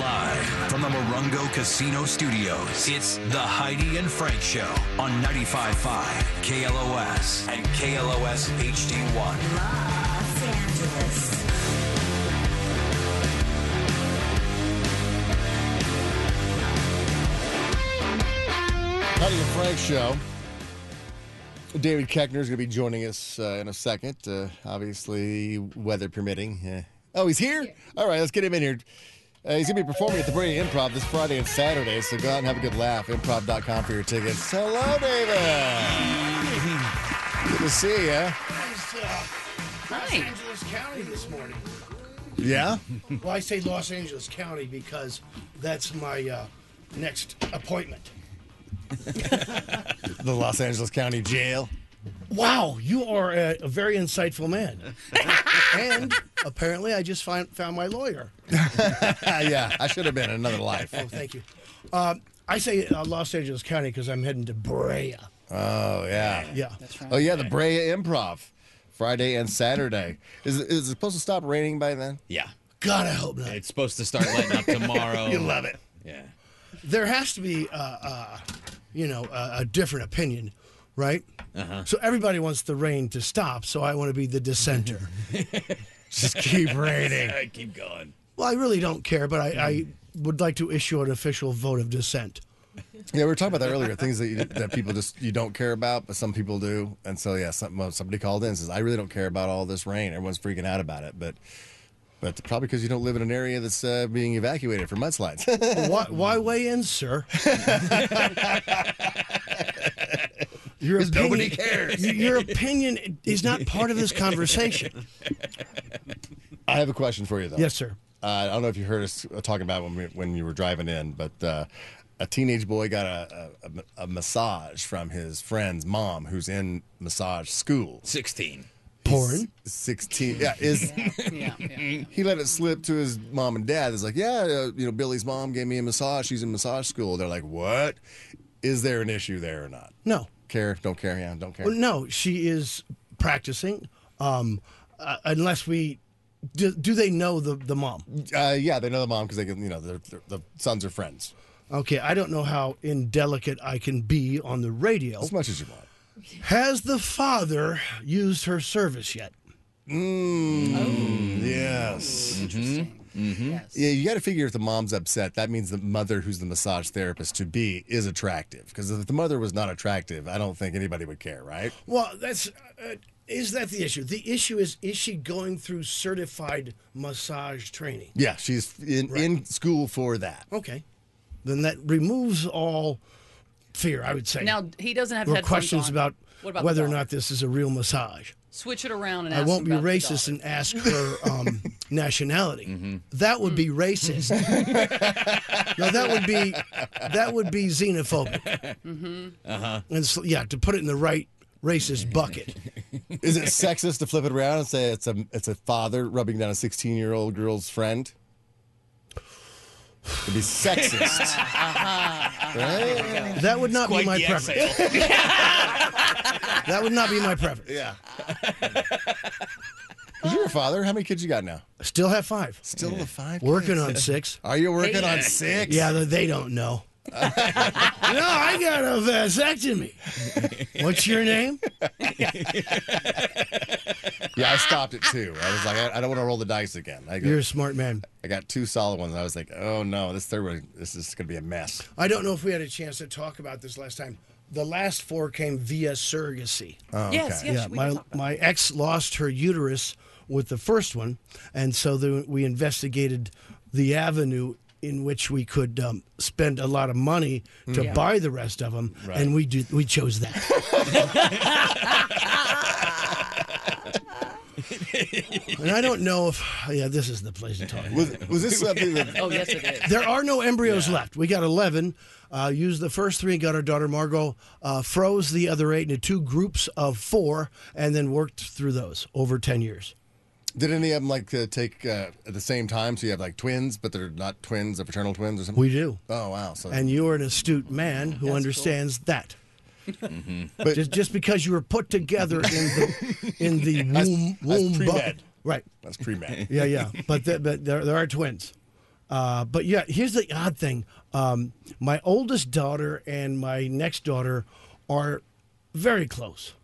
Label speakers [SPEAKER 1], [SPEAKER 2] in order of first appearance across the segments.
[SPEAKER 1] Live from the Morongo Casino Studios, it's the Heidi and Frank Show on 95.5 KLOS and KLOS HD1.
[SPEAKER 2] Los Angeles.
[SPEAKER 3] Howdy and Frank show. David Keckner is going to be joining us uh, in a second, uh, obviously weather permitting. Uh, oh, he's here? All right, let's get him in here. Uh, he's going to be performing at the Brady Improv this Friday and Saturday, so go out and have a good laugh. Improv.com for your tickets. Hello, David. Good to see you.
[SPEAKER 4] Los
[SPEAKER 5] Hi.
[SPEAKER 4] Angeles County this morning.
[SPEAKER 3] Yeah?
[SPEAKER 4] Well, I say Los Angeles County because that's my uh, next appointment.
[SPEAKER 3] The Los Angeles County Jail.
[SPEAKER 4] Wow, you are a, a very insightful man. and apparently, I just find, found my lawyer.
[SPEAKER 3] Ah, yeah, I should have been in another life.
[SPEAKER 4] Oh, thank you. Um, I say uh, Los Angeles County because I'm heading to Brea.
[SPEAKER 3] Oh, yeah.
[SPEAKER 4] Yeah.
[SPEAKER 3] Oh, yeah, the Brea Improv, Friday and Saturday. Is, is it supposed to stop raining by then?
[SPEAKER 5] Yeah.
[SPEAKER 4] God, I hope not.
[SPEAKER 5] It's supposed to start lighting up tomorrow.
[SPEAKER 4] You love it.
[SPEAKER 5] Yeah.
[SPEAKER 4] there has to be, uh, uh, you know, a, a different opinion, right?
[SPEAKER 5] Uh-huh.
[SPEAKER 4] So everybody wants the rain to stop. So I want to be the dissenter. Just keep raining.
[SPEAKER 5] keep going.
[SPEAKER 4] Well, I really don't care, but I, I would like to issue an official vote of dissent.
[SPEAKER 3] Yeah, we were talking about that earlier. Things that you, that people just you don't care about, but some people do. And so yeah, some, well, somebody called in and says, "I really don't care about all this rain." Everyone's freaking out about it, but but probably because you don't live in an area that's uh, being evacuated for mudslides.
[SPEAKER 4] why, why weigh in, sir? Your opinion,
[SPEAKER 5] nobody cares.
[SPEAKER 4] y- Your opinion is not part of this conversation.
[SPEAKER 3] I have a question for you though.
[SPEAKER 4] Yes, sir.
[SPEAKER 3] Uh, I don't know if you heard us uh, talking about it when we, when you were driving in, but uh, a teenage boy got a, a- a, a massage from his friend's mom, who's in massage school.
[SPEAKER 5] 16.
[SPEAKER 4] Porn.
[SPEAKER 3] 16 yeah is he let it slip to his mom and dad it's like yeah uh, you know billy's mom gave me a massage she's in massage school they're like what is there an issue there or not
[SPEAKER 4] No.
[SPEAKER 3] care don't care yeah don't care
[SPEAKER 4] Well, no, she is practicing. Um, uh, unless we do, do they know the the mom?
[SPEAKER 3] uh, yeah they know the mom because they can you know they're, they're, the sons are friends
[SPEAKER 4] Okay, I don't know how indelicate I can be on the radio.
[SPEAKER 3] as much as you want
[SPEAKER 4] Has the father used her service yet?
[SPEAKER 3] yes yeah you got to figure if the mom's upset that means the mother who's the massage therapist to be is attractive because if the mother was not attractive i don't think anybody would care right
[SPEAKER 4] Well, that's uh, is that the issue? The issue is is she going through certified massage training?
[SPEAKER 3] yeah she's in, in school for that
[SPEAKER 4] Okay, then that removes all fear. I would say.
[SPEAKER 6] Now he doesn't have
[SPEAKER 4] or
[SPEAKER 6] headphones
[SPEAKER 4] questions
[SPEAKER 6] on.
[SPEAKER 4] about,
[SPEAKER 6] What about the
[SPEAKER 4] whether or
[SPEAKER 6] dog?
[SPEAKER 4] not this is a real massage.
[SPEAKER 6] switch it around and
[SPEAKER 4] I
[SPEAKER 6] ask
[SPEAKER 4] won't be
[SPEAKER 6] about the
[SPEAKER 4] racist
[SPEAKER 6] dog.
[SPEAKER 4] and ask her um, nationality.
[SPEAKER 6] Mm-hmm.
[SPEAKER 4] That would be racist. no, that would be that would be xenophobic. Mm-hmm. Uh-huh. And so, yeah, to put it in the right racist bucket.
[SPEAKER 3] Is it sexist to flip it around and say it's a it's a father rubbing down a 16 year old girl's friend? It'd be sexist. Right?
[SPEAKER 4] That would not be my
[SPEAKER 5] the
[SPEAKER 4] preference.
[SPEAKER 5] exhale.
[SPEAKER 4] That would not be my preference.
[SPEAKER 3] Yeah. 'Cause you're a father. How many kids you got now?
[SPEAKER 4] Still have five.
[SPEAKER 3] Still the five.
[SPEAKER 4] Working
[SPEAKER 3] kids.
[SPEAKER 4] on six.
[SPEAKER 3] Are you working on six?
[SPEAKER 4] Yeah, they- they don't know. no, I got a vasectomy. What's your name?
[SPEAKER 3] Yeah, I stopped it too. I was like, I, I don't want to roll the dice again. I,
[SPEAKER 4] You're
[SPEAKER 3] go,
[SPEAKER 4] a smart man.
[SPEAKER 3] I got two solid ones. I was like, oh no, this third one, this is gonna be a mess.
[SPEAKER 4] I don't know if we had a chance to talk about this last time. The last four came via surrogacy.
[SPEAKER 6] Yes, yes,
[SPEAKER 4] Uh,
[SPEAKER 6] we
[SPEAKER 4] yeah,
[SPEAKER 6] can
[SPEAKER 4] my
[SPEAKER 6] talk about
[SPEAKER 4] my ex lost her uterus with the first one, and so the, we investigated the avenue in which we could um, spend a lot of money to buy the rest of them, and we do, we chose that. and I don't know if yeah, this is the place to talk. about
[SPEAKER 3] Was, was this something
[SPEAKER 6] it.
[SPEAKER 3] that?
[SPEAKER 6] Oh yes, it is.
[SPEAKER 4] there are no embryos left. We got 11. Uh, used the first three, got our daughter Margot, uh, froze the other eight into two groups of four, and then worked through those over 10 years.
[SPEAKER 3] Did any of them like uh, take uh, at the same time? So you have like twins, but they're not twins, they're fraternal twins or something.
[SPEAKER 4] We do.
[SPEAKER 3] Oh wow! So
[SPEAKER 4] And you are an astute man who understands that.
[SPEAKER 3] But-
[SPEAKER 4] just, just because you were put together in the, in the womb,
[SPEAKER 3] that's
[SPEAKER 4] womb bu-
[SPEAKER 3] pre-med.
[SPEAKER 4] Right.
[SPEAKER 3] that's pre med.
[SPEAKER 4] Yeah, yeah. But, the, but there, there are twins. Uh, but yeah, here's the odd thing: um, my oldest daughter and my next daughter are very close,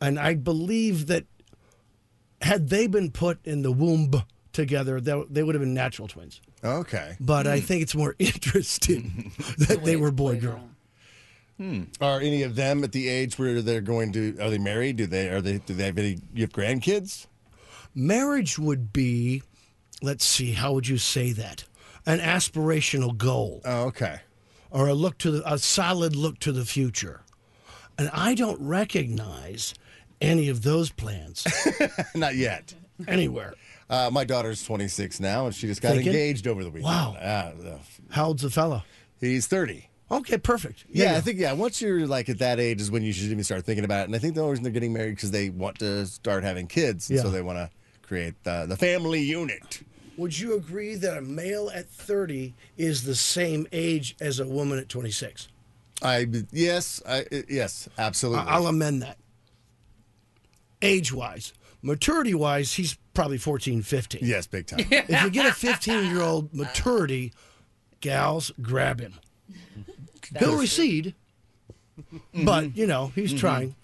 [SPEAKER 4] and I believe that had they been put in the womb together, they, they would have been natural twins.
[SPEAKER 3] Okay.
[SPEAKER 4] But I think it's more interesting that they were Hmm. boy girl.
[SPEAKER 3] Are any of them at the age where they're going to? Are they married? Do they? Are they? Do they have any? You have grandkids?
[SPEAKER 4] marriage would be let's see how would you say that an aspirational goal
[SPEAKER 3] Oh, okay.
[SPEAKER 4] or a look to the, a solid look to the future and i don't recognize any of those plans
[SPEAKER 3] Not yet.
[SPEAKER 4] anywhere
[SPEAKER 3] Uh, my daughter's 26 now, and she just got
[SPEAKER 4] Thinking?
[SPEAKER 3] engaged over the weekend.
[SPEAKER 4] Wow.
[SPEAKER 3] Uh, uh,
[SPEAKER 4] how old's the fella
[SPEAKER 3] he's 30.
[SPEAKER 4] okay perfect
[SPEAKER 3] Yeah, I think yeah. Once you're like at that age is when you should even start thinking about it. And I think the only reason they're getting married because they want to start having kids, and so
[SPEAKER 4] Yeah.
[SPEAKER 3] they want to create the, the family unit.
[SPEAKER 4] would you agree that a male at 30 is the same age as a woman at 26
[SPEAKER 3] I yes, I yes, absolutely.
[SPEAKER 4] i'll amend that age wise maturity wise he's probably 14 15
[SPEAKER 3] yes, big time.
[SPEAKER 4] If you get a 15 year old maturity, gals, grab him. He'll recede, but you know he's trying.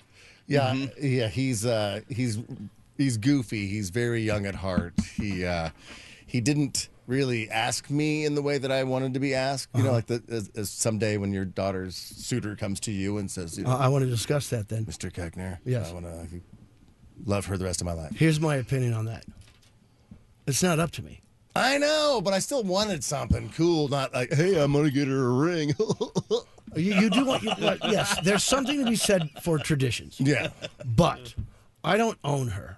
[SPEAKER 3] Yeah, yeah, he's uh, he's he's goofy. He's very young at heart. He uh, he didn't really ask me in the way that I wanted to be asked. You know, like the, as, as someday when your daughter's suitor comes to you and says, you know,
[SPEAKER 4] Uh, I want to discuss that then.
[SPEAKER 3] "Mr. Keckner,
[SPEAKER 4] Yes.
[SPEAKER 3] I want to love her the rest of my life."
[SPEAKER 4] Here's my opinion on that. It's not up to me.
[SPEAKER 3] I know, but I still wanted something cool, not like, "Hey, I'm gonna get her a ring."
[SPEAKER 4] You, you do what you what, yes. There's something to be said for traditions,
[SPEAKER 3] yeah.
[SPEAKER 4] but I don't own her.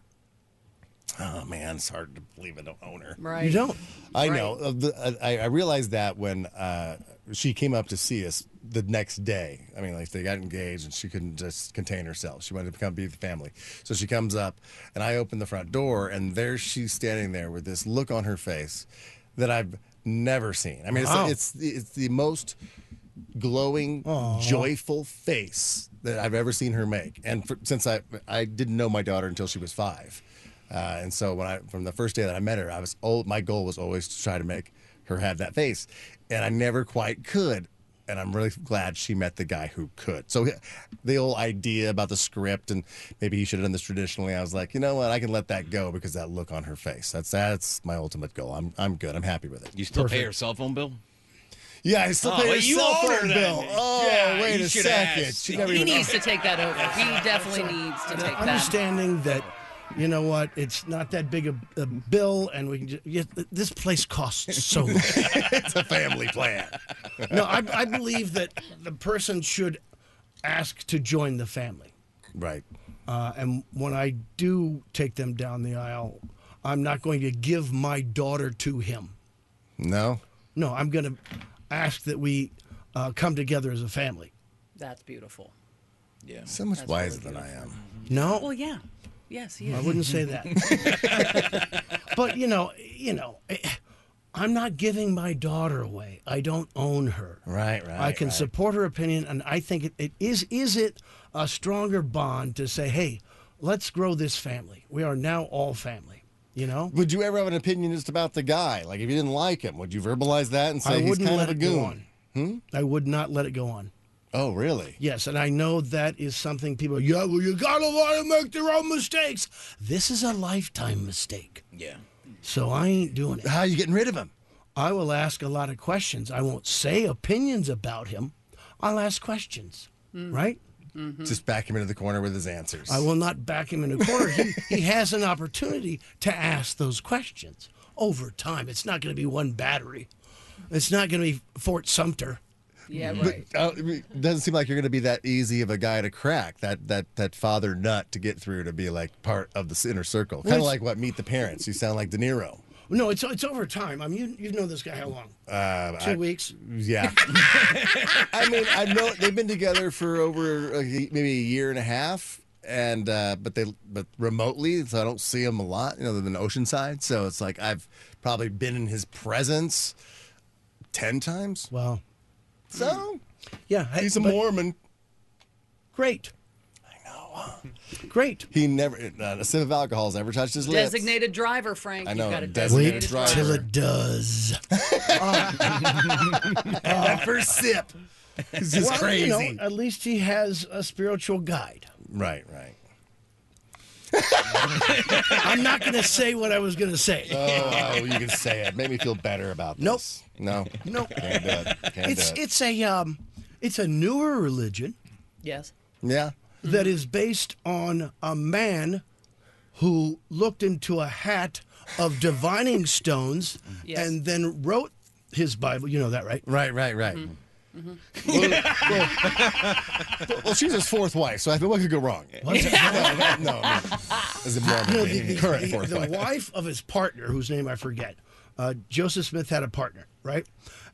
[SPEAKER 3] Oh man, it's hard to believe I don't own her.
[SPEAKER 6] Right.
[SPEAKER 4] You don't.
[SPEAKER 3] I know. Uh, the- I, I realized that when uh, she came up to see us the next day. I mean, like they got engaged and she couldn't just contain herself. She wanted to come be with the family. So she comes up and I open the front door and there she's standing there with this look on her face that I've never seen. I mean,
[SPEAKER 4] Wow.
[SPEAKER 3] it's, it's, it's the most glowing, joyful face that I've ever seen her make. And for, since I I didn't know my daughter until she was five, uh, and so when I from the first day that I met her, I was old. My goal was always to try to make her have that face, and I never quite could. And I'm really glad she met the guy who could. So the old idea about the script and maybe he should have done this traditionally. I was like, you know what? I can let that go because that look on her face. That's that's my ultimate goal. I'm I'm good. I'm happy with it.
[SPEAKER 5] You still pay your cell phone bill?
[SPEAKER 3] Yeah, I still
[SPEAKER 5] Oh,
[SPEAKER 3] pay
[SPEAKER 5] well,
[SPEAKER 3] her
[SPEAKER 5] you
[SPEAKER 3] cell
[SPEAKER 5] owe her
[SPEAKER 3] phone
[SPEAKER 5] that.
[SPEAKER 3] bill. Oh,
[SPEAKER 5] Yeah,
[SPEAKER 3] wait
[SPEAKER 5] you
[SPEAKER 3] a
[SPEAKER 5] should
[SPEAKER 3] second.
[SPEAKER 5] ask.
[SPEAKER 3] She never
[SPEAKER 6] He
[SPEAKER 3] even
[SPEAKER 6] needs to take that over. He definitely needs to take that.
[SPEAKER 4] Understanding that, you know what, it's not that big a, a bill, and we can. Just, yeah, this place costs so much.
[SPEAKER 3] it's a family plan.
[SPEAKER 4] no, I, I believe that the person should ask to join the family.
[SPEAKER 3] right.
[SPEAKER 4] Uh, and when I do take them down the aisle, I'm not going to give my daughter to him.
[SPEAKER 3] No.
[SPEAKER 4] No, I'm going to ask that we uh, come together as a family.
[SPEAKER 6] That's beautiful.
[SPEAKER 5] Yeah.
[SPEAKER 3] So much
[SPEAKER 6] That's
[SPEAKER 3] wiser
[SPEAKER 6] really
[SPEAKER 3] than I am.
[SPEAKER 4] No,
[SPEAKER 6] Well, yeah. Yes, he
[SPEAKER 4] I
[SPEAKER 6] is.
[SPEAKER 4] wouldn't say that. but you know, you know, eh, I'm not giving my daughter away. I don't own her.
[SPEAKER 3] Right, right.
[SPEAKER 4] I can
[SPEAKER 3] right.
[SPEAKER 4] support her opinion, and I think it, it is is it a stronger bond to say, hey, let's grow this family. We are now all family. You know,
[SPEAKER 3] Would you ever have an opinion just about the guy? Like, if you didn't like him, would you verbalize that and
[SPEAKER 4] I
[SPEAKER 3] say he's
[SPEAKER 4] wouldn't
[SPEAKER 3] kind
[SPEAKER 4] let
[SPEAKER 3] of a
[SPEAKER 4] it go
[SPEAKER 3] goon? Hmm?
[SPEAKER 4] on. I would not let it go on.
[SPEAKER 3] Oh, really?
[SPEAKER 4] Yes, and I know that is something people. Yeah, well, you gotta let them make their own mistakes. This is a lifetime mistake,
[SPEAKER 5] Yeah.
[SPEAKER 4] so I ain't doing it.
[SPEAKER 3] How are you getting rid of him?
[SPEAKER 4] I will ask a lot of questions. I won't say opinions about him. I'll ask questions, right?
[SPEAKER 3] Mm-hmm. Just back him into the corner with his answers.
[SPEAKER 4] I will not back him in a corner. he, he has an opportunity to ask those questions over time. It's not going to be one battery. It's not going to be Fort Sumter.
[SPEAKER 6] Yeah,
[SPEAKER 3] But
[SPEAKER 6] right.
[SPEAKER 3] uh, it doesn't seem like you're going to be that easy of a guy to crack. That that that father nut to get through to be like part of the inner circle. Kind of
[SPEAKER 4] it's-
[SPEAKER 3] like what Meet the Parents. You sound like De Niro.
[SPEAKER 4] No, it's it's over time. I mean, you you know this guy how long?
[SPEAKER 3] Uh,
[SPEAKER 4] Two
[SPEAKER 3] I-
[SPEAKER 4] weeks.
[SPEAKER 3] Yeah. I mean, I know they've been together for over uh, maybe a year and a half, and uh, but they but remotely, so I don't see him a lot, you know, other than Oceanside. So it's like I've probably been in his presence ten times.
[SPEAKER 4] Wow.
[SPEAKER 3] So
[SPEAKER 4] Yeah, hey,
[SPEAKER 3] he's a
[SPEAKER 4] but
[SPEAKER 3] Mormon.
[SPEAKER 4] great.
[SPEAKER 3] I know. wow.
[SPEAKER 4] Great.
[SPEAKER 3] He never, uh, a sip of alcohol has never touched his lips.
[SPEAKER 6] Designated driver, Frank.
[SPEAKER 3] I know,
[SPEAKER 6] You've got a
[SPEAKER 3] designated
[SPEAKER 6] designated
[SPEAKER 4] Wait
[SPEAKER 3] driver.
[SPEAKER 4] till
[SPEAKER 6] driver.
[SPEAKER 4] it does.
[SPEAKER 7] that first sip. This is
[SPEAKER 4] Well,
[SPEAKER 7] crazy.
[SPEAKER 4] you know, at least he has a spiritual guide.
[SPEAKER 3] Right, right.
[SPEAKER 4] I'm not going to say what I was going to say.
[SPEAKER 3] Oh, you can say it. Made me feel better about
[SPEAKER 4] Nope.
[SPEAKER 3] this. No.
[SPEAKER 4] Nope.
[SPEAKER 3] Can't do it. Can't
[SPEAKER 4] it's
[SPEAKER 3] do it.
[SPEAKER 4] it's a um, it's a newer religion
[SPEAKER 6] Yes.
[SPEAKER 3] Yeah.
[SPEAKER 4] that is based on a man who looked into a hat of divining stones
[SPEAKER 6] Yes.
[SPEAKER 4] and then wrote his Bible. You know that, right?
[SPEAKER 3] Right, right, right.
[SPEAKER 6] Mm-hmm.
[SPEAKER 3] Well,
[SPEAKER 4] Mm-hmm.
[SPEAKER 3] well- well, she's his fourth wife, so I think what could go wrong? no, no, no. As a Mormon,
[SPEAKER 4] No, the, the-
[SPEAKER 3] current
[SPEAKER 4] the-
[SPEAKER 3] fourth
[SPEAKER 4] the
[SPEAKER 3] wife.
[SPEAKER 4] wife of his partner, whose name I forget, uh, Joseph Smith had a partner, right?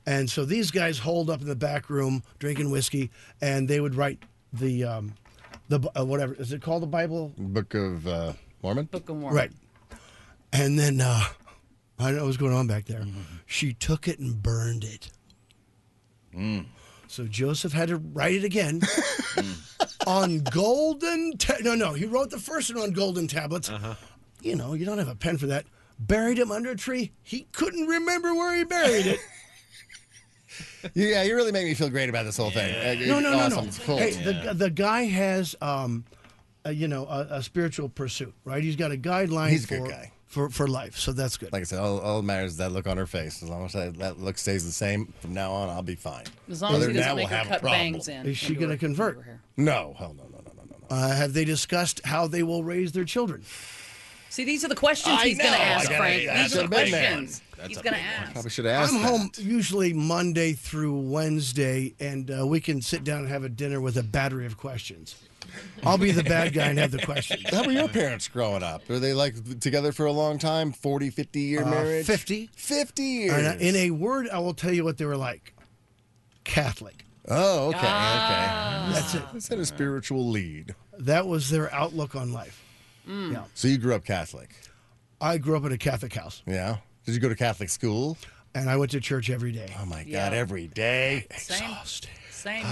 [SPEAKER 4] And so these guys holed up in the back room drinking whiskey, and they would write the um, the uh, whatever is it called the Bible,
[SPEAKER 3] Book of uh, Mormon.
[SPEAKER 6] Book of Mormon.
[SPEAKER 4] right? And then uh, I don't know what was going on back there.
[SPEAKER 3] Mm-hmm.
[SPEAKER 4] She took it and burned it.
[SPEAKER 3] Mm.
[SPEAKER 4] So Joseph had to write it again
[SPEAKER 3] Mm.
[SPEAKER 4] on golden. Ta- no, no, he wrote the first one on golden tablets.
[SPEAKER 3] Uh-huh.
[SPEAKER 4] You know, you don't have a pen for that. Buried him under a tree. He couldn't remember where he buried it.
[SPEAKER 3] Yeah, you really make me feel great about this whole thing. Uh,
[SPEAKER 4] No, no, no,
[SPEAKER 3] awesome.
[SPEAKER 4] no.
[SPEAKER 3] It's cool.
[SPEAKER 4] Hey, the, the guy has, um, a, you know, a, a spiritual pursuit, right? He's got a guideline
[SPEAKER 3] He's a
[SPEAKER 4] for,
[SPEAKER 3] good guy.
[SPEAKER 4] for for life, so that's good.
[SPEAKER 3] Like I said, all, all that matters is that look on her face. As long as that, that look stays the same from now on, I'll be fine.
[SPEAKER 6] As long as
[SPEAKER 3] Whether
[SPEAKER 6] he
[SPEAKER 3] now
[SPEAKER 6] doesn't make
[SPEAKER 3] we'll
[SPEAKER 6] her
[SPEAKER 3] have a
[SPEAKER 6] cut
[SPEAKER 3] problem.
[SPEAKER 6] bangs in.
[SPEAKER 4] Is she
[SPEAKER 6] into
[SPEAKER 4] gonna
[SPEAKER 6] her-
[SPEAKER 4] convert?
[SPEAKER 6] into her hair.
[SPEAKER 3] No, hell no, no, no, no, no, no.
[SPEAKER 4] Uh, have they discussed how they will raise their children?
[SPEAKER 6] See, these are the questions
[SPEAKER 3] I
[SPEAKER 6] he's going
[SPEAKER 3] know,
[SPEAKER 6] to
[SPEAKER 3] I
[SPEAKER 6] ask,
[SPEAKER 3] gotta-
[SPEAKER 6] Frank.
[SPEAKER 3] that's
[SPEAKER 6] These are the
[SPEAKER 3] a big man.
[SPEAKER 6] questions he's going to ask.
[SPEAKER 3] Probably should have asked.
[SPEAKER 4] I'm
[SPEAKER 3] that.
[SPEAKER 4] home usually Monday through Wednesday, and uh, we can sit down and have a dinner with a battery of questions. I'll be the bad guy and have the questions.
[SPEAKER 3] How were your parents growing up? Were they like together for a long time? 40, 50 year marriage?
[SPEAKER 4] 50.
[SPEAKER 3] 50 years.
[SPEAKER 4] And, uh, in a word, I will tell you what they were like Catholic.
[SPEAKER 3] oh, okay, okay.
[SPEAKER 4] Ah. That's it.
[SPEAKER 3] Is that a spiritual lead?
[SPEAKER 4] That was their outlook on life. Yeah.
[SPEAKER 3] So you grew up Catholic?
[SPEAKER 4] I grew up in a Catholic house,
[SPEAKER 3] Yeah. Did you go to Catholic school?
[SPEAKER 4] and I went to church every day.
[SPEAKER 3] Oh my
[SPEAKER 6] Yeah.
[SPEAKER 3] God, every day.
[SPEAKER 6] Same. Same.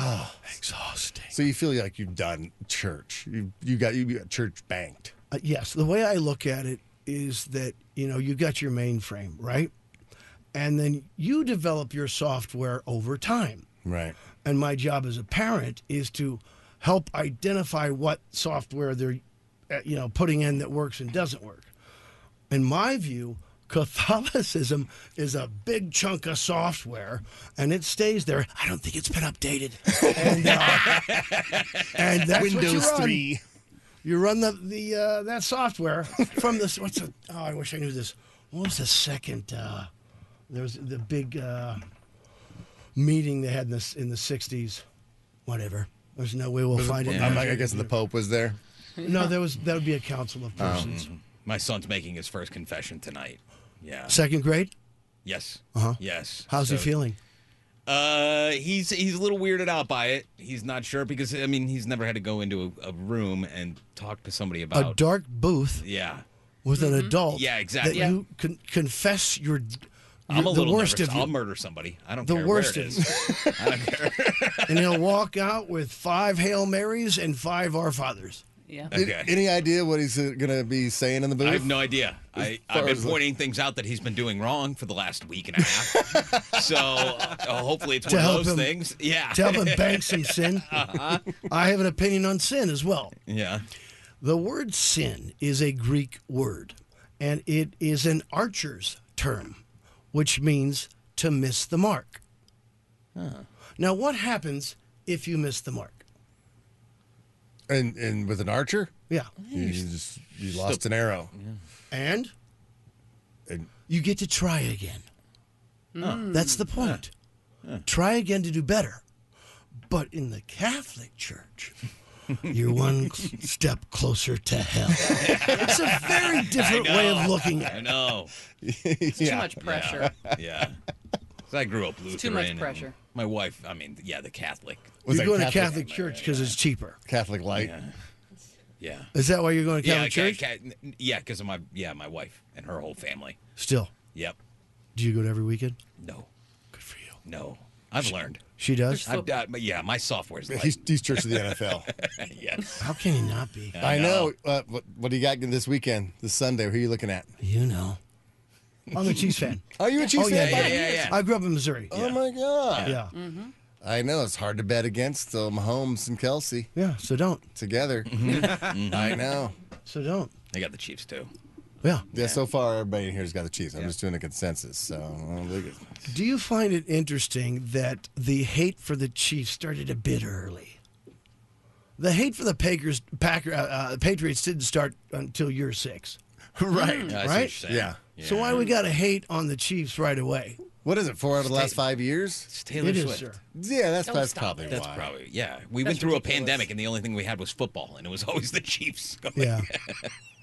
[SPEAKER 4] Exhausting.
[SPEAKER 3] So you feel like you've done church. You you got you got church banked.
[SPEAKER 4] Uh, yes, the way I look at it is that you know you got your mainframe right, and then you develop your software over time.
[SPEAKER 3] Right.
[SPEAKER 4] And my job as a parent is to help identify what software they're uh, you know putting in that works and doesn't work. In my view, Catholicism is a big chunk of software, and it stays there. I don't think it's been updated. And, uh, and that's what you
[SPEAKER 3] Windows
[SPEAKER 4] run.
[SPEAKER 3] three.
[SPEAKER 4] You run the the uh, that software from this. What's the? Oh, I wish I knew this. What was the second? Uh, there was the big uh, meeting they had in this in the '60s. Whatever. There's no way we'll find it.
[SPEAKER 3] I'm like, I guess the Pope was there.
[SPEAKER 4] No, there was that would be a council
[SPEAKER 5] Um,
[SPEAKER 4] of persons.
[SPEAKER 5] My son's making his first confession tonight. Yeah.
[SPEAKER 4] Second grade.
[SPEAKER 5] Yes. Uh-huh. Yes.
[SPEAKER 4] How's he
[SPEAKER 5] So-
[SPEAKER 4] feeling?
[SPEAKER 5] Uh, he's he's a little weirded out by it. He's not sure because I mean he's never had to go into a, a room and talk to somebody about.
[SPEAKER 4] A dark booth
[SPEAKER 5] yeah.
[SPEAKER 4] with an adult.
[SPEAKER 5] Yeah, exactly.
[SPEAKER 4] That you con- confess your.
[SPEAKER 5] I'm a
[SPEAKER 4] your- the
[SPEAKER 5] little
[SPEAKER 4] worst
[SPEAKER 5] nervous.
[SPEAKER 4] of you,
[SPEAKER 5] I'll murder somebody. I don't
[SPEAKER 4] The
[SPEAKER 5] care
[SPEAKER 4] worst
[SPEAKER 5] where it
[SPEAKER 4] of
[SPEAKER 5] is. I don't care.
[SPEAKER 4] and he'll walk out with five Hail Marys and five Our Fathers.
[SPEAKER 6] Yeah.
[SPEAKER 5] Okay.
[SPEAKER 3] Any idea what he's uh, gonna be saying in the booth?
[SPEAKER 5] I have no idea. I,
[SPEAKER 3] far
[SPEAKER 5] I've been
[SPEAKER 3] as the-
[SPEAKER 5] pointing things out that he's been doing wrong for the last week and a half. so uh, hopefully it's
[SPEAKER 4] To
[SPEAKER 5] one of
[SPEAKER 4] help
[SPEAKER 5] those
[SPEAKER 4] him-
[SPEAKER 5] things. Yeah.
[SPEAKER 4] to help him bank some sin. I have an opinion on sin as well.
[SPEAKER 5] yeah.
[SPEAKER 4] The word sin is a Greek word, and it is an archer's term, which means to miss the mark. Now, what happens if you miss the mark?
[SPEAKER 3] And and with an archer,
[SPEAKER 4] Yeah.
[SPEAKER 3] you just you lost an arrow.
[SPEAKER 4] And
[SPEAKER 3] And
[SPEAKER 4] you get to try again. Mm. That's the point. Try again to do better. But in the Catholic Church, you're one cl- step closer to hell. it's a very different way of looking at
[SPEAKER 5] I
[SPEAKER 4] it.
[SPEAKER 5] know.
[SPEAKER 6] It's too much pressure.
[SPEAKER 5] Yeah. 'Cause I grew up Lutheran.
[SPEAKER 6] too much
[SPEAKER 5] and
[SPEAKER 6] pressure.
[SPEAKER 5] My wife, I mean, yeah, the Catholic.
[SPEAKER 3] was
[SPEAKER 4] you're
[SPEAKER 3] that
[SPEAKER 4] going
[SPEAKER 3] Catholic,
[SPEAKER 4] to Catholic Church because it's cheaper.
[SPEAKER 3] Catholic light.
[SPEAKER 5] Yeah. Yeah.
[SPEAKER 4] Is that why you're going to
[SPEAKER 5] Yeah,
[SPEAKER 4] Catholic
[SPEAKER 5] ca-
[SPEAKER 4] Church?
[SPEAKER 5] ca- yeah, because of my yeah my wife and her whole family.
[SPEAKER 4] Still,
[SPEAKER 5] Yep.
[SPEAKER 4] do you go to every weekend?
[SPEAKER 5] No.
[SPEAKER 4] Good for you.
[SPEAKER 5] No. I've learned.
[SPEAKER 4] She does.
[SPEAKER 5] I've, uh, yeah, my software's like,
[SPEAKER 3] He's, he's church of the NFL.
[SPEAKER 5] yes.
[SPEAKER 4] How can you not be?
[SPEAKER 3] I know. Uh, what, what do you got this weekend, this Sunday? Who are you looking at?
[SPEAKER 4] You know. I'm a Chiefs fan.
[SPEAKER 3] Are you a Chiefs
[SPEAKER 4] oh,
[SPEAKER 3] fan?
[SPEAKER 4] yeah,
[SPEAKER 3] buddy?
[SPEAKER 5] yeah, yeah, yeah.
[SPEAKER 4] I grew up in Missouri.
[SPEAKER 3] Oh my God!
[SPEAKER 4] yeah.
[SPEAKER 3] I know it's hard to bet against uh, Mahomes and Kelsey
[SPEAKER 4] Yeah. So don't.
[SPEAKER 3] together. I know.
[SPEAKER 4] So don't.
[SPEAKER 5] They got the Chiefs too.
[SPEAKER 4] Yeah.
[SPEAKER 3] Yeah, so far everybody in here's got the Chiefs. I'm just doing a consensus. So I don't think it's-
[SPEAKER 4] Do you find it interesting that the hate for the Chiefs started a bit early? The hate for the Packers, Packer, uh, uh, Patriots didn't start until year six.
[SPEAKER 3] right.
[SPEAKER 5] Yeah, I see what
[SPEAKER 4] Right?
[SPEAKER 5] you're saying.
[SPEAKER 3] Yeah.
[SPEAKER 4] So why we got to hate on the Chiefs right away?
[SPEAKER 3] What is it? Four out of the last five years?
[SPEAKER 5] It's Taylor
[SPEAKER 4] it is,
[SPEAKER 5] Swift.
[SPEAKER 4] sir.
[SPEAKER 3] Yeah, that's
[SPEAKER 6] Don't
[SPEAKER 3] that's
[SPEAKER 6] stop
[SPEAKER 3] probably
[SPEAKER 6] it.
[SPEAKER 5] That's
[SPEAKER 3] why.
[SPEAKER 5] probably yeah. We went through a pandemic and the only thing we had was football, and it was always the Chiefs.
[SPEAKER 4] Yeah.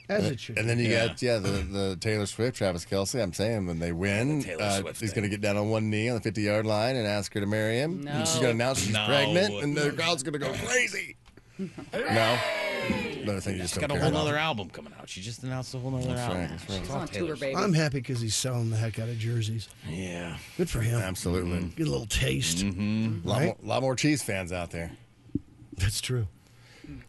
[SPEAKER 4] As it should.
[SPEAKER 3] And then you got yeah the, the Taylor Swift, Travis Kelsey. I'm saying when they win,
[SPEAKER 5] Taylor
[SPEAKER 3] uh,
[SPEAKER 5] Swift
[SPEAKER 3] he's
[SPEAKER 5] thing.
[SPEAKER 3] going to get down on one knee on the 50 yard line and ask her to marry him. And she's going to
[SPEAKER 6] No.
[SPEAKER 3] announce she's
[SPEAKER 5] No.
[SPEAKER 3] pregnant, and the crowd's going to go crazy. no, another thing you just
[SPEAKER 5] She's
[SPEAKER 3] don't
[SPEAKER 5] got a
[SPEAKER 3] care
[SPEAKER 5] whole
[SPEAKER 3] about.
[SPEAKER 5] other album coming out. She just announced a whole other
[SPEAKER 3] That's right,
[SPEAKER 5] album.
[SPEAKER 3] that's right.
[SPEAKER 5] She's
[SPEAKER 6] She's on
[SPEAKER 5] Taylor
[SPEAKER 6] tour, baby.
[SPEAKER 4] I'm happy because he's selling the heck out of jerseys.
[SPEAKER 5] Swift. Yeah.
[SPEAKER 4] Good for him.
[SPEAKER 3] Absolutely, Mm-hmm.
[SPEAKER 4] Get a little taste.
[SPEAKER 5] Mm-hmm.
[SPEAKER 3] a lot, more, lot more Chiefs fans out there.
[SPEAKER 4] That's true.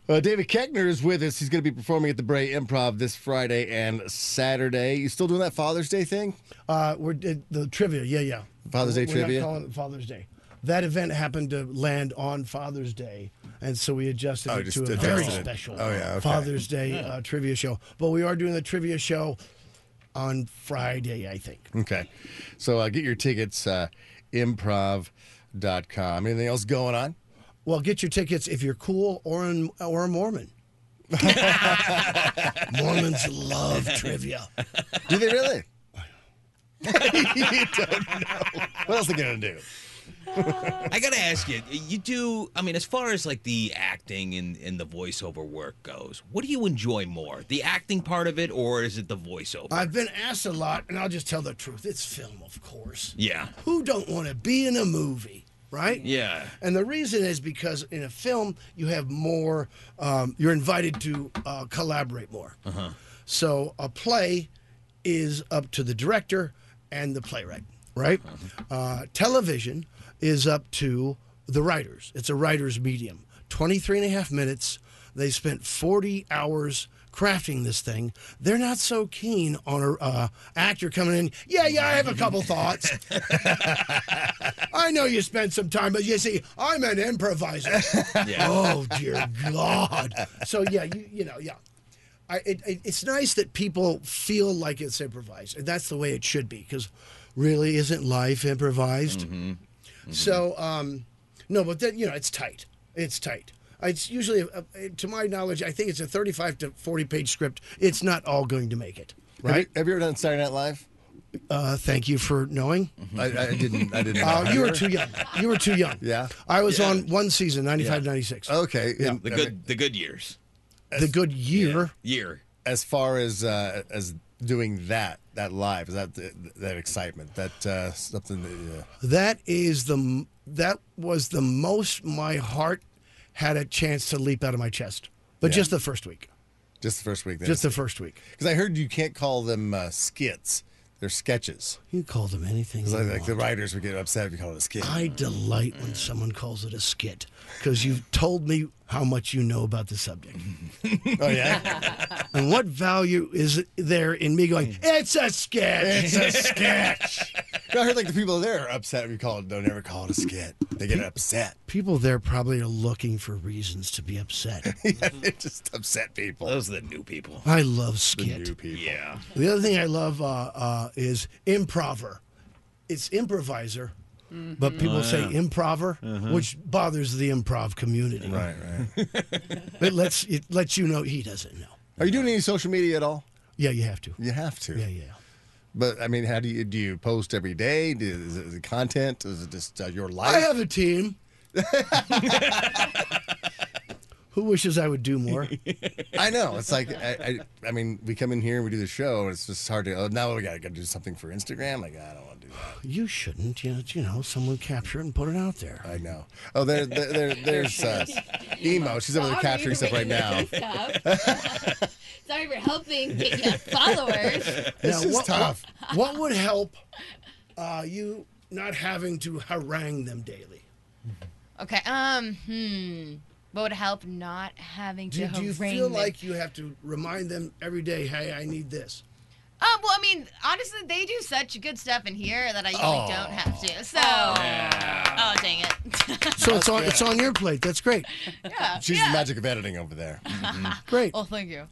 [SPEAKER 3] Uh, David Keckner is with us. He's going to be performing at the Bray Improv this Friday and Saturday. You still doing that Father's Day thing?
[SPEAKER 4] Uh, we're did the trivia. Yeah, yeah.
[SPEAKER 3] Father's Day
[SPEAKER 4] we're
[SPEAKER 3] trivia?
[SPEAKER 4] Not calling it Father's Day. That event happened to land on Father's Day, and so we adjusted
[SPEAKER 3] Oh,
[SPEAKER 4] it
[SPEAKER 3] just
[SPEAKER 4] to a
[SPEAKER 3] adjusted
[SPEAKER 4] very
[SPEAKER 3] it.
[SPEAKER 4] special
[SPEAKER 3] Oh, yeah, okay.
[SPEAKER 4] Father's Day uh, trivia show. But we are doing the trivia show on Friday, I think.
[SPEAKER 3] Okay. So uh, get your tickets, uh, improv.com. Anything else going on?
[SPEAKER 4] Well, get your tickets if you're cool or an, or a Mormon. Mormons love trivia.
[SPEAKER 3] Do they really? you don't know. What else are they going to do?
[SPEAKER 5] I gotta ask you. You do. I mean, as far as like the acting and and the voiceover work goes, what do you enjoy more, the acting part of it, or is it the voiceover?
[SPEAKER 4] I've been asked a lot, and I'll just tell the truth. It's film, of course.
[SPEAKER 5] yeah.
[SPEAKER 4] Who don't want to be in a movie, right?
[SPEAKER 5] Yeah.
[SPEAKER 4] And the reason is because in a film, you have more, um, you're invited to uh, collaborate more. So a play is up to the director and the playwright, right? Uh, television is up to the writers. It's a writer's medium. 23 and a half minutes. They spent 40 hours crafting this thing. They're not so keen on an uh, actor coming in. Yeah, yeah, I have a couple thoughts. I know you spent some time, but you see, I'm an improviser.
[SPEAKER 5] Yeah.
[SPEAKER 4] Oh dear God. So yeah, you you know yeah. I, it, it, it's nice that people feel like it's improvised, and that's the way it should be. Because really, isn't life improvised?
[SPEAKER 3] Mm-hmm.
[SPEAKER 4] So, um, no, but then you know it's tight. It's tight. It's usually, uh, to my knowledge, I think it's a 35 to 40 page script. It's not all going to make it,
[SPEAKER 3] Have you,
[SPEAKER 4] right?
[SPEAKER 3] have you ever done Saturday Night Live?
[SPEAKER 4] Uh, thank you for knowing.
[SPEAKER 3] I, I didn't. I didn't.
[SPEAKER 4] Uh,
[SPEAKER 3] know.
[SPEAKER 4] you were too young. You were too young.
[SPEAKER 3] Yeah. Oh.
[SPEAKER 4] I was on one season, 95,
[SPEAKER 5] Yeah.
[SPEAKER 4] 96.
[SPEAKER 3] Okay.
[SPEAKER 4] Yeah.
[SPEAKER 3] And,
[SPEAKER 5] The
[SPEAKER 3] I
[SPEAKER 5] good
[SPEAKER 3] mean,
[SPEAKER 5] the good years.
[SPEAKER 4] the good year.
[SPEAKER 5] Year.
[SPEAKER 3] as far as uh, as doing that that live is that that excitement that uh, something that. Uh,
[SPEAKER 4] that is the that was the most my heart had a chance to leap out of my chest but
[SPEAKER 3] Yeah.
[SPEAKER 4] just the first week
[SPEAKER 3] Just the first week. Then.
[SPEAKER 4] just the first week
[SPEAKER 3] because I heard you can't call them uh, skits; they're sketches.
[SPEAKER 4] you call them anything
[SPEAKER 3] 'Cause
[SPEAKER 4] you
[SPEAKER 3] Like, like the
[SPEAKER 4] want.
[SPEAKER 3] writers would get upset if you call it a skit.
[SPEAKER 4] i delight when someone calls it a skit because you've told me how much you know about the subject
[SPEAKER 3] oh yeah,
[SPEAKER 4] and what value is there in me going it's a skit
[SPEAKER 3] it's a sketch. I heard like the people there are upset if you call it. Don't ever call it a skit. They get upset.
[SPEAKER 4] people there probably are looking for reasons to be upset
[SPEAKER 3] it just upset people.
[SPEAKER 5] Those are the new people.
[SPEAKER 4] i love
[SPEAKER 3] The
[SPEAKER 4] skit
[SPEAKER 3] new people.
[SPEAKER 5] Yeah.
[SPEAKER 4] The other thing I love uh, uh, is improver. It's improviser, but people
[SPEAKER 3] Mm-hmm.
[SPEAKER 4] say improver, which bothers the improv community.
[SPEAKER 3] Right, right.
[SPEAKER 4] It lets it lets you know he doesn't know.
[SPEAKER 3] Are you doing any social media at all?
[SPEAKER 4] Yeah, you have to.
[SPEAKER 3] You have to.
[SPEAKER 4] Yeah, yeah.
[SPEAKER 3] But I mean, how do you do? You post every day? Do, is, it, is it content? Is it just uh, your life?
[SPEAKER 4] I have a team. Who wishes I would do more?
[SPEAKER 3] I know. It's like I, I, I mean, we come in here and we do the show, and it's just hard to. Oh, now we got to do something for Instagram. Like I don't want to do that.
[SPEAKER 4] You shouldn't. You know, you know, someone capture it and put it out there.
[SPEAKER 3] I know. Oh, there, there, there there's uh, emo. She's over there capturing stuff right now.
[SPEAKER 8] Stuff. Sorry for helping get you followers.
[SPEAKER 3] This
[SPEAKER 4] Now,
[SPEAKER 3] is
[SPEAKER 4] what,
[SPEAKER 3] tough.
[SPEAKER 4] What, what would help uh, you not having to harangue them daily.
[SPEAKER 9] Okay. Um. Hmm. What would help not having
[SPEAKER 4] Do,
[SPEAKER 9] to
[SPEAKER 4] do you
[SPEAKER 9] harangue
[SPEAKER 4] feel
[SPEAKER 9] them?
[SPEAKER 4] like you have to remind them every day, hey, I need this?
[SPEAKER 9] Um, well, I mean, honestly, they do such good stuff in here that I usually
[SPEAKER 4] Oh.
[SPEAKER 9] don't have to. So, oh dang it!
[SPEAKER 4] So it's on, it's on your plate. That's great.
[SPEAKER 9] yeah,
[SPEAKER 3] She's
[SPEAKER 9] yeah.
[SPEAKER 3] the magic of editing over there.
[SPEAKER 4] Great.
[SPEAKER 9] Well, thank you.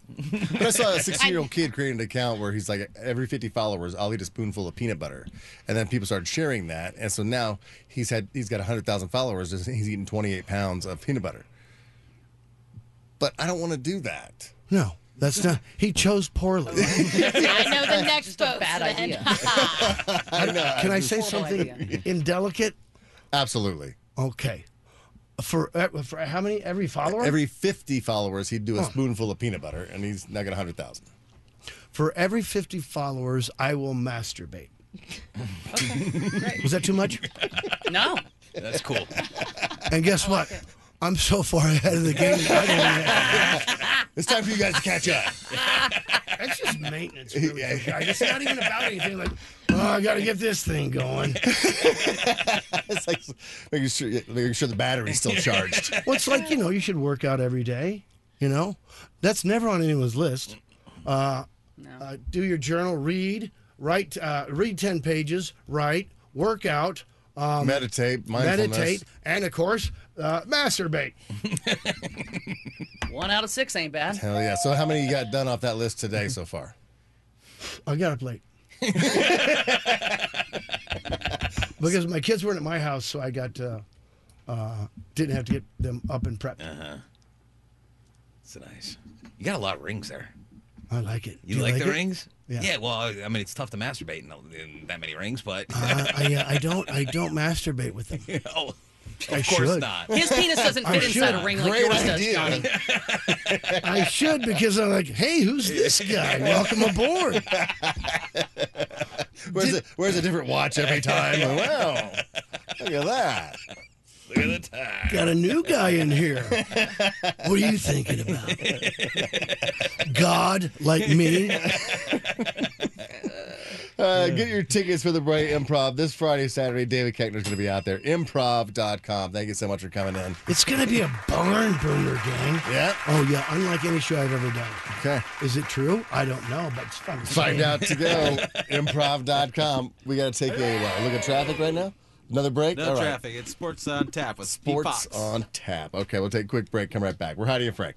[SPEAKER 3] But I saw a 16 year old kid create an account where he's like, every 50 followers, I'll eat a spoonful of peanut butter. And then people started sharing that. And so now he's had he's got 100,000 followers. and He's eating 28 pounds of peanut butter. But I don't want to do that.
[SPEAKER 4] No, that's not. He chose poorly.
[SPEAKER 8] I know the next post.
[SPEAKER 6] bad
[SPEAKER 8] then.
[SPEAKER 6] idea.
[SPEAKER 3] I know.
[SPEAKER 4] Can I say
[SPEAKER 6] Horrible
[SPEAKER 4] something
[SPEAKER 6] idea.
[SPEAKER 4] indelicate?
[SPEAKER 3] Absolutely.
[SPEAKER 4] Okay. For, uh, for how many? Every follower?
[SPEAKER 3] Every 50 followers, he'd do a spoonful of peanut butter, and he's now got 100,000.
[SPEAKER 4] for every 50 followers, I will masturbate. Was that too much?
[SPEAKER 6] No.
[SPEAKER 5] That's cool.
[SPEAKER 4] And guess what? I'm so far ahead of the game. I don't even-
[SPEAKER 3] It's time for you guys to catch up.
[SPEAKER 4] That's just maintenance, really. for guys. It's not even about anything. Like, oh, I got to get this thing going.
[SPEAKER 3] it's like making sure, making sure the battery's still charged.
[SPEAKER 4] Well, it's like you know, you should work out every day. You know, that's never on anyone's list. Uh, uh, do your journal, read, write, uh, read ten pages, write, work out, um,
[SPEAKER 3] Meditate, mindfulness.
[SPEAKER 4] meditate, and of course, uh, masturbate.
[SPEAKER 6] One out of six ain't bad.
[SPEAKER 3] Hell yeah. So, how many you got done off that list today so far?
[SPEAKER 4] I got up late. because my kids weren't at my house, so I got uh, uh, didn't have to get them up and prepped.
[SPEAKER 5] Uh-huh. It's nice. You got a lot of rings there.
[SPEAKER 4] I like it.
[SPEAKER 5] You,
[SPEAKER 4] Do
[SPEAKER 5] like, the
[SPEAKER 4] it?
[SPEAKER 5] rings?
[SPEAKER 4] Yeah.
[SPEAKER 5] Well, I mean, it's tough to masturbate in, in that many rings, but
[SPEAKER 4] Uh, I, uh, I don't. I don't masturbate with them.
[SPEAKER 5] oh, of
[SPEAKER 4] I
[SPEAKER 5] course
[SPEAKER 4] should.
[SPEAKER 5] not.
[SPEAKER 6] His penis doesn't
[SPEAKER 4] I
[SPEAKER 6] fit inside
[SPEAKER 4] should.
[SPEAKER 6] a ring like yours does, Johnny.
[SPEAKER 4] I should because I'm like, hey, who's this guy? Welcome aboard.
[SPEAKER 3] Where's, a, where's a different watch every time? wow. Look at that.
[SPEAKER 5] Look at the time.
[SPEAKER 4] Got a new guy in here. What are you thinking about? God, like me?
[SPEAKER 3] Uh, get your tickets for the Bright Improv this Friday, Saturday. David Keckner's going to be out there. Improv.com. Thank you so much for coming in.
[SPEAKER 4] It's gonna be a barn burner, gang.
[SPEAKER 3] Yeah.
[SPEAKER 4] Oh yeah, unlike any show I've ever done.
[SPEAKER 3] Okay.
[SPEAKER 4] Is it true? I don't know, but it's fun. to
[SPEAKER 3] Find
[SPEAKER 4] say.
[SPEAKER 3] out to go. Improv.com. We got to take a uh, look at traffic right now. Another break?
[SPEAKER 10] No
[SPEAKER 3] All right.
[SPEAKER 10] traffic. It's sports on tap with Pete
[SPEAKER 3] Sports
[SPEAKER 10] Fox.
[SPEAKER 3] on tap. Okay, we'll take a quick break. Come right back. We're Heidi and Frank.